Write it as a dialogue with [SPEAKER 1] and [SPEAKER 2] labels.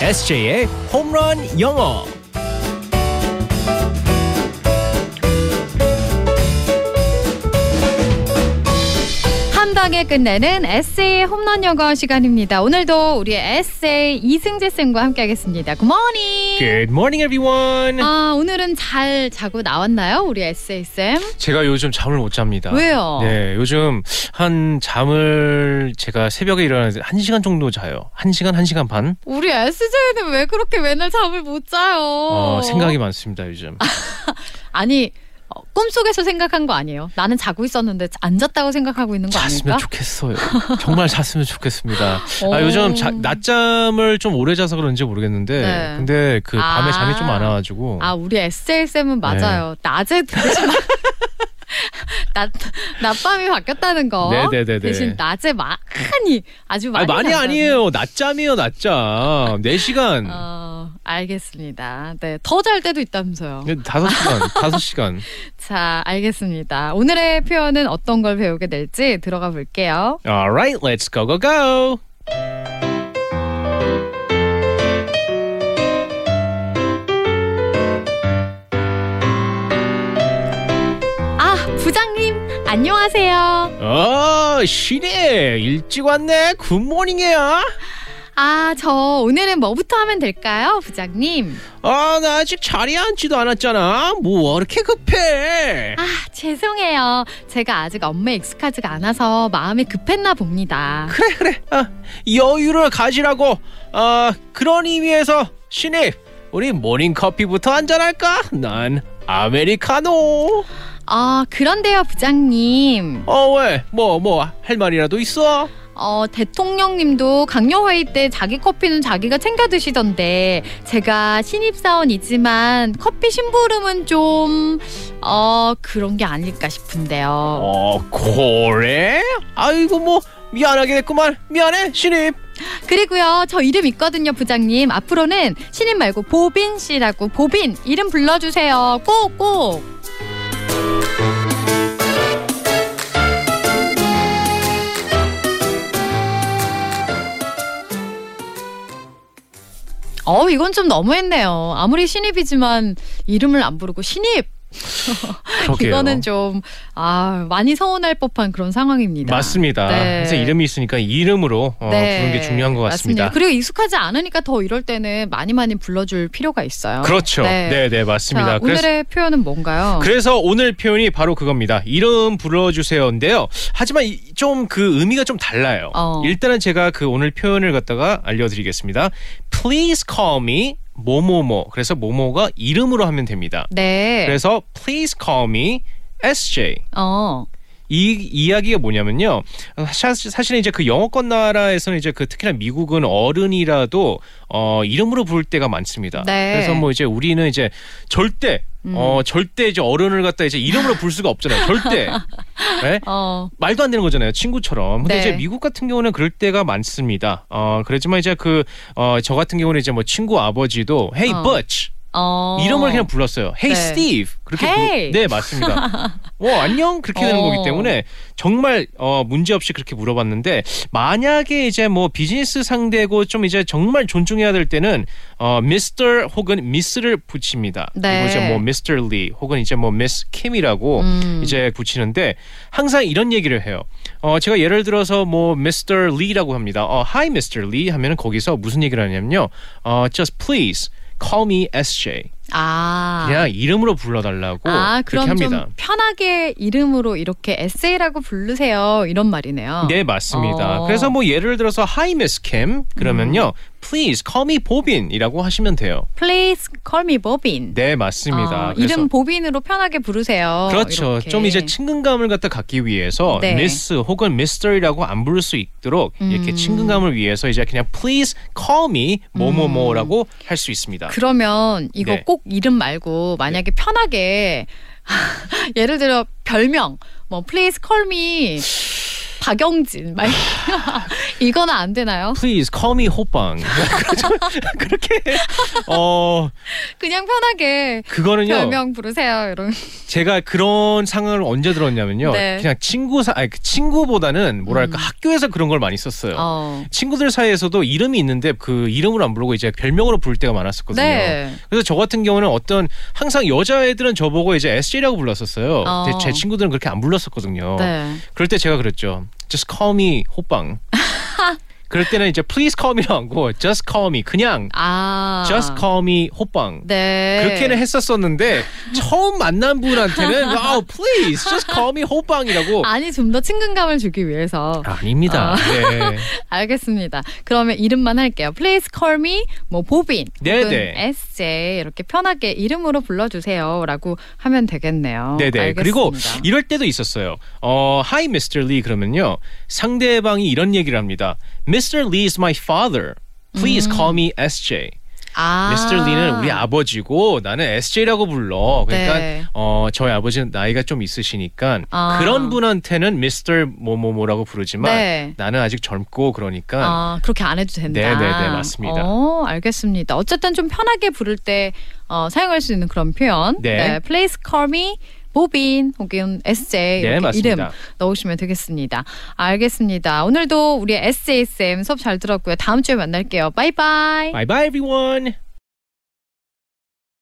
[SPEAKER 1] SJ의 홈런 영어.
[SPEAKER 2] 한 방에 끝내는 에세이 홈런 영어 시간입니다. 오늘도 우리 에세이 이승재 쌤과 함께하겠습니다. 굿모닝.
[SPEAKER 1] Good morning, everyone.
[SPEAKER 2] 아 오늘은 잘 자고 나왔나요, 우리 에세이 쌤?
[SPEAKER 1] 제가 요즘 잠을 못 잡니다.
[SPEAKER 2] 왜요?
[SPEAKER 1] 네, 요즘 한 잠을 제가 새벽에 일어나서 한 시간 정도 자요. 한 시간, 한 시간 반.
[SPEAKER 2] 우리 에스제는 왜 그렇게 맨날 잠을 못 자요?
[SPEAKER 1] 어, 생각이 많습니다 요즘.
[SPEAKER 2] 아, 아니 어, 꿈속에서 생각한 거 아니에요? 나는 자고 있었는데 안 잤다고 생각하고 있는 거 아닐까?
[SPEAKER 1] 잤으면 좋겠어요. 정말 잤으면 좋겠습니다.
[SPEAKER 2] 오.
[SPEAKER 1] 아, 요즘 자- 낮잠을 좀 오래 자서 그런지 모르겠는데,
[SPEAKER 2] 어. 네.
[SPEAKER 1] 근데 그 밤에
[SPEAKER 2] 아.
[SPEAKER 1] 잠이 좀 안 와가지고.
[SPEAKER 2] 아 우리 에세이
[SPEAKER 1] 네.
[SPEAKER 2] 쌤은 맞아요. 낮에 대신 낮 낮밤이 바뀌었다는 거.
[SPEAKER 1] 네네네네.
[SPEAKER 2] 대신 낮에 많이 아주
[SPEAKER 1] 아,
[SPEAKER 2] 많이.
[SPEAKER 1] 많이
[SPEAKER 2] 잔다는-
[SPEAKER 1] 아니에요. 낮잠이에요, 낮잠. 4시간.
[SPEAKER 2] 어 알겠습니다. 네더 잘 때도 있다면서요.
[SPEAKER 1] 네, 다섯 시간, 다섯 시간.
[SPEAKER 2] 자 알겠습니다. 오늘의 표현은 어떤 걸 배우게 될지 들어가 볼게요.
[SPEAKER 1] Alright, let's go go go.
[SPEAKER 2] 아 부장님 안녕하세요.
[SPEAKER 1] 어, 시네 일찍 왔네. 굿모닝이야.
[SPEAKER 2] 아, 저 오늘은 뭐부터 하면 될까요, 부장님?
[SPEAKER 1] 아, 나 아직 자리에 앉지도 않았잖아. 뭐 이렇게 급해?
[SPEAKER 2] 아, 죄송해요. 제가 아직 업무에 익숙하지가 않아서 마음이 급했나 봅니다.
[SPEAKER 1] 그래 그래. 아, 여유를 가지라고. 아, 그런 의미에서 신입, 우리 모닝 커피부터 한잔할까? 난 아메리카노.
[SPEAKER 2] 아, 그런데요, 부장님.
[SPEAKER 1] 어 왜? 뭐 뭐 할 말이라도 있어?
[SPEAKER 2] 어, 대통령님도 강요회의 때 자기 커피는 자기가 챙겨 드시던데, 제가 신입사원이지만 커피 심부름은 좀, 어, 그런 게 아닐까 싶은데요.
[SPEAKER 1] 어, 그래? 아이고 뭐 미안하게 됐구만. 미안해, 신입.
[SPEAKER 2] 그리고요, 저 이름 있거든요, 부장님. 앞으로는 신입 말고 보빈 씨라고, 보빈! 이름 불러주세요. 꼭, 꼭! 어, 이건 좀 너무했네요. 아무리 신입이지만 이름을 안 부르고 신입!
[SPEAKER 1] 그러게요.
[SPEAKER 2] 이거는 좀, 아, 많이 서운할 법한 그런 상황입니다.
[SPEAKER 1] 맞습니다.
[SPEAKER 2] 네.
[SPEAKER 1] 항상 이름이 있으니까 이 이름으로 어, 부르는 게 중요한 것 같습니다.
[SPEAKER 2] 맞습니다. 그리고 익숙하지 않으니까 더 이럴 때는 많이 많이 불러줄 필요가 있어요.
[SPEAKER 1] 그렇죠.
[SPEAKER 2] 네.
[SPEAKER 1] 네, 네,
[SPEAKER 2] 자,
[SPEAKER 1] 맞습니다. 그래서
[SPEAKER 2] 오늘의 음. 표현은 뭔가요?
[SPEAKER 1] 그래서 오늘 표현이 바로 그겁니다. 이름 불러주세요인데요. 하지만 좀 그 의미가 좀 달라요.
[SPEAKER 2] 어.
[SPEAKER 1] 일단은 제가 그 오늘 표현을 갖다가 알려드리겠습니다. Please call me 모모모. 그래서 모모가 이름으로 하면 됩니다.
[SPEAKER 2] 네.
[SPEAKER 1] 그래서 Please call me SJ.
[SPEAKER 2] 어.
[SPEAKER 1] 이 이야기가 뭐냐면요. 사- 사실은 이제 그 영어권 나라에서는 이제 그 특히나 미국은 어른이라도 어 이름으로 부를 때가 많습니다.
[SPEAKER 2] 네. 음.
[SPEAKER 1] 그래서 뭐 이제 우리는 이제 절대 어 절대 이제 어른을 갖다 이제 이름으로 부를 수가 없잖아요. 절대. 네?
[SPEAKER 2] 어.
[SPEAKER 1] 말도 안 되는 거잖아요. 친구처럼. 근데
[SPEAKER 2] 네.
[SPEAKER 1] 이제 미국 같은 경우는 그럴 때가 많습니다. 어 그렇지만 이제 그 어 저 같은 경우는 이제 뭐 친구 아버지도 Hey
[SPEAKER 2] 어.
[SPEAKER 1] Butch
[SPEAKER 2] 어.
[SPEAKER 1] 이름을 그냥 불렀어요. Hey
[SPEAKER 2] 네.
[SPEAKER 1] Steve 그렇게
[SPEAKER 2] Hey.
[SPEAKER 1] 부르- 네 맞습니다. 어 안녕 그렇게 되는
[SPEAKER 2] 어.
[SPEAKER 1] 거기 때문에 정말 어, 문제 없이 그렇게 물어봤는데 만약에 이제 뭐 비즈니스 상대고 좀 이제 정말 존중해야 될 때는 어 Mr 혹은 Miss를 붙입니다.
[SPEAKER 2] 네.
[SPEAKER 1] 그리고 이제 뭐 Mr Lee 혹은 이제 뭐 Miss Kim이라고
[SPEAKER 2] 음.
[SPEAKER 1] 이제 붙이는데 항상 이런 얘기를 해요. 어, 제가 예를 들어서 뭐 Mr. Lee라고 합니다. 어, Hi Mr. Lee 하면은 거기서 무슨 얘기를 하냐면요. 어, just please call me SJ.
[SPEAKER 2] 아.
[SPEAKER 1] 그냥 이름으로 불러달라고
[SPEAKER 2] 아,
[SPEAKER 1] 그렇게
[SPEAKER 2] 그럼
[SPEAKER 1] 합니다.
[SPEAKER 2] 좀 편하게 이름으로 이렇게 에세이라고 부르세요. 이런 말이네요.
[SPEAKER 1] 네 맞습니다.
[SPEAKER 2] 어. 음.
[SPEAKER 1] 그래서 뭐 예를 들어서 Hi Miss Kim 그러면요, Please call me Bobin이라고 하시면 돼요.
[SPEAKER 2] Please call me Bobin.
[SPEAKER 1] 네 맞습니다.
[SPEAKER 2] 어,
[SPEAKER 1] 그래서
[SPEAKER 2] 이름 보빈으로 편하게 부르세요.
[SPEAKER 1] 그렇죠.
[SPEAKER 2] 이렇게.
[SPEAKER 1] 좀 이제 친근감을 갖다 갖기 위해서
[SPEAKER 2] 네.
[SPEAKER 1] 미스 혹은 미스터리라고 안 부를 수 있도록 이렇게
[SPEAKER 2] 음.
[SPEAKER 1] 친근감을 위해서 이제 그냥 please call me 뭐뭐뭐라고 할 수 있습니다.
[SPEAKER 2] 음. 그러면 이거
[SPEAKER 1] 아. 네.
[SPEAKER 2] 꼭 이름 말고 만약에 편하게 예를 들어 별명 뭐 please call me 박영진 막 이거는 안 되나요?
[SPEAKER 1] Please call me 호빵. 그렇죠. 그렇게 어
[SPEAKER 2] 그냥 편하게
[SPEAKER 1] 그거는요.
[SPEAKER 2] 별명 부르세요. 이런.
[SPEAKER 1] 제가 그런 상황을 언제 들었냐면요.
[SPEAKER 2] 네.
[SPEAKER 1] 그냥 친구 사 아니 그 친구보다는 뭐랄까
[SPEAKER 2] 음.
[SPEAKER 1] 학교에서 그런 걸 많이 썼어요.
[SPEAKER 2] 어.
[SPEAKER 1] 친구들 사이에서도 이름이 있는데 그 이름으로 안 부르고 이제 별명으로 부를 때가 많았었거든요.
[SPEAKER 2] 네.
[SPEAKER 1] 그래서 저 같은 경우는 어떤 항상 여자애들은 저보고 이제 SJ라고 불렀었어요.
[SPEAKER 2] 어.
[SPEAKER 1] 근데 제 친구들은 그렇게 안 불렀었거든요.
[SPEAKER 2] 네.
[SPEAKER 1] 그럴 때 제가 그랬죠. Just call me 호빵. 그럴 때는 이제 please call me로 안고 just call me 그냥
[SPEAKER 2] 아.
[SPEAKER 1] just call me 호빵.
[SPEAKER 2] 네.
[SPEAKER 1] 그렇게는 했었었는데 처음 만난 분한테는 oh please just call me 호빵이라고
[SPEAKER 2] 아니 좀 더 친근감을 주기 위해서
[SPEAKER 1] 아닙니다.
[SPEAKER 2] 아.
[SPEAKER 1] 네.
[SPEAKER 2] 알겠습니다. 그러면 이름만 할게요. Please call me 뭐 보빈
[SPEAKER 1] 네네.
[SPEAKER 2] 혹은 SJ 이렇게 편하게 이름으로 불러주세요라고 하면 되겠네요.
[SPEAKER 1] 네네.
[SPEAKER 2] 알겠습니다.
[SPEAKER 1] 그리고 이럴 때도 있었어요. 어, Hi, Mr. Lee 그러면요. 상대방이 이런 얘기를 합니다. Mr. Lee is my father. Please call me SJ.
[SPEAKER 2] 아.
[SPEAKER 1] Mr. Lee는 우리 아버지고 나는 SJ라고 불러. 그러니까
[SPEAKER 2] 네.
[SPEAKER 1] 어, 저희 아버지는 나이가 좀 있으시니까
[SPEAKER 2] 아.
[SPEAKER 1] 그런 분한테는 Mr. 뭐뭐뭐라고 부르지만
[SPEAKER 2] 네.
[SPEAKER 1] 나는 아직 젊고 그러니까
[SPEAKER 2] 아, 그렇게 안 해도 된다.
[SPEAKER 1] 네네네, 맞습니다.
[SPEAKER 2] 어, 알겠습니다. 어쨌든 좀 편하게 부를 때 어, 사용할 수 있는 그런 표현.
[SPEAKER 1] 네.
[SPEAKER 2] Please call me 보빈 혹은 SJ
[SPEAKER 1] 네,
[SPEAKER 2] 이렇게
[SPEAKER 1] 맞습니다.
[SPEAKER 2] 이름 넣으시면 되겠습니다. 알겠습니다. 오늘도 우리 SJSM 수업 잘 들었고요. 다음 주에 만날게요. 바이바이.
[SPEAKER 1] Bye bye everyone.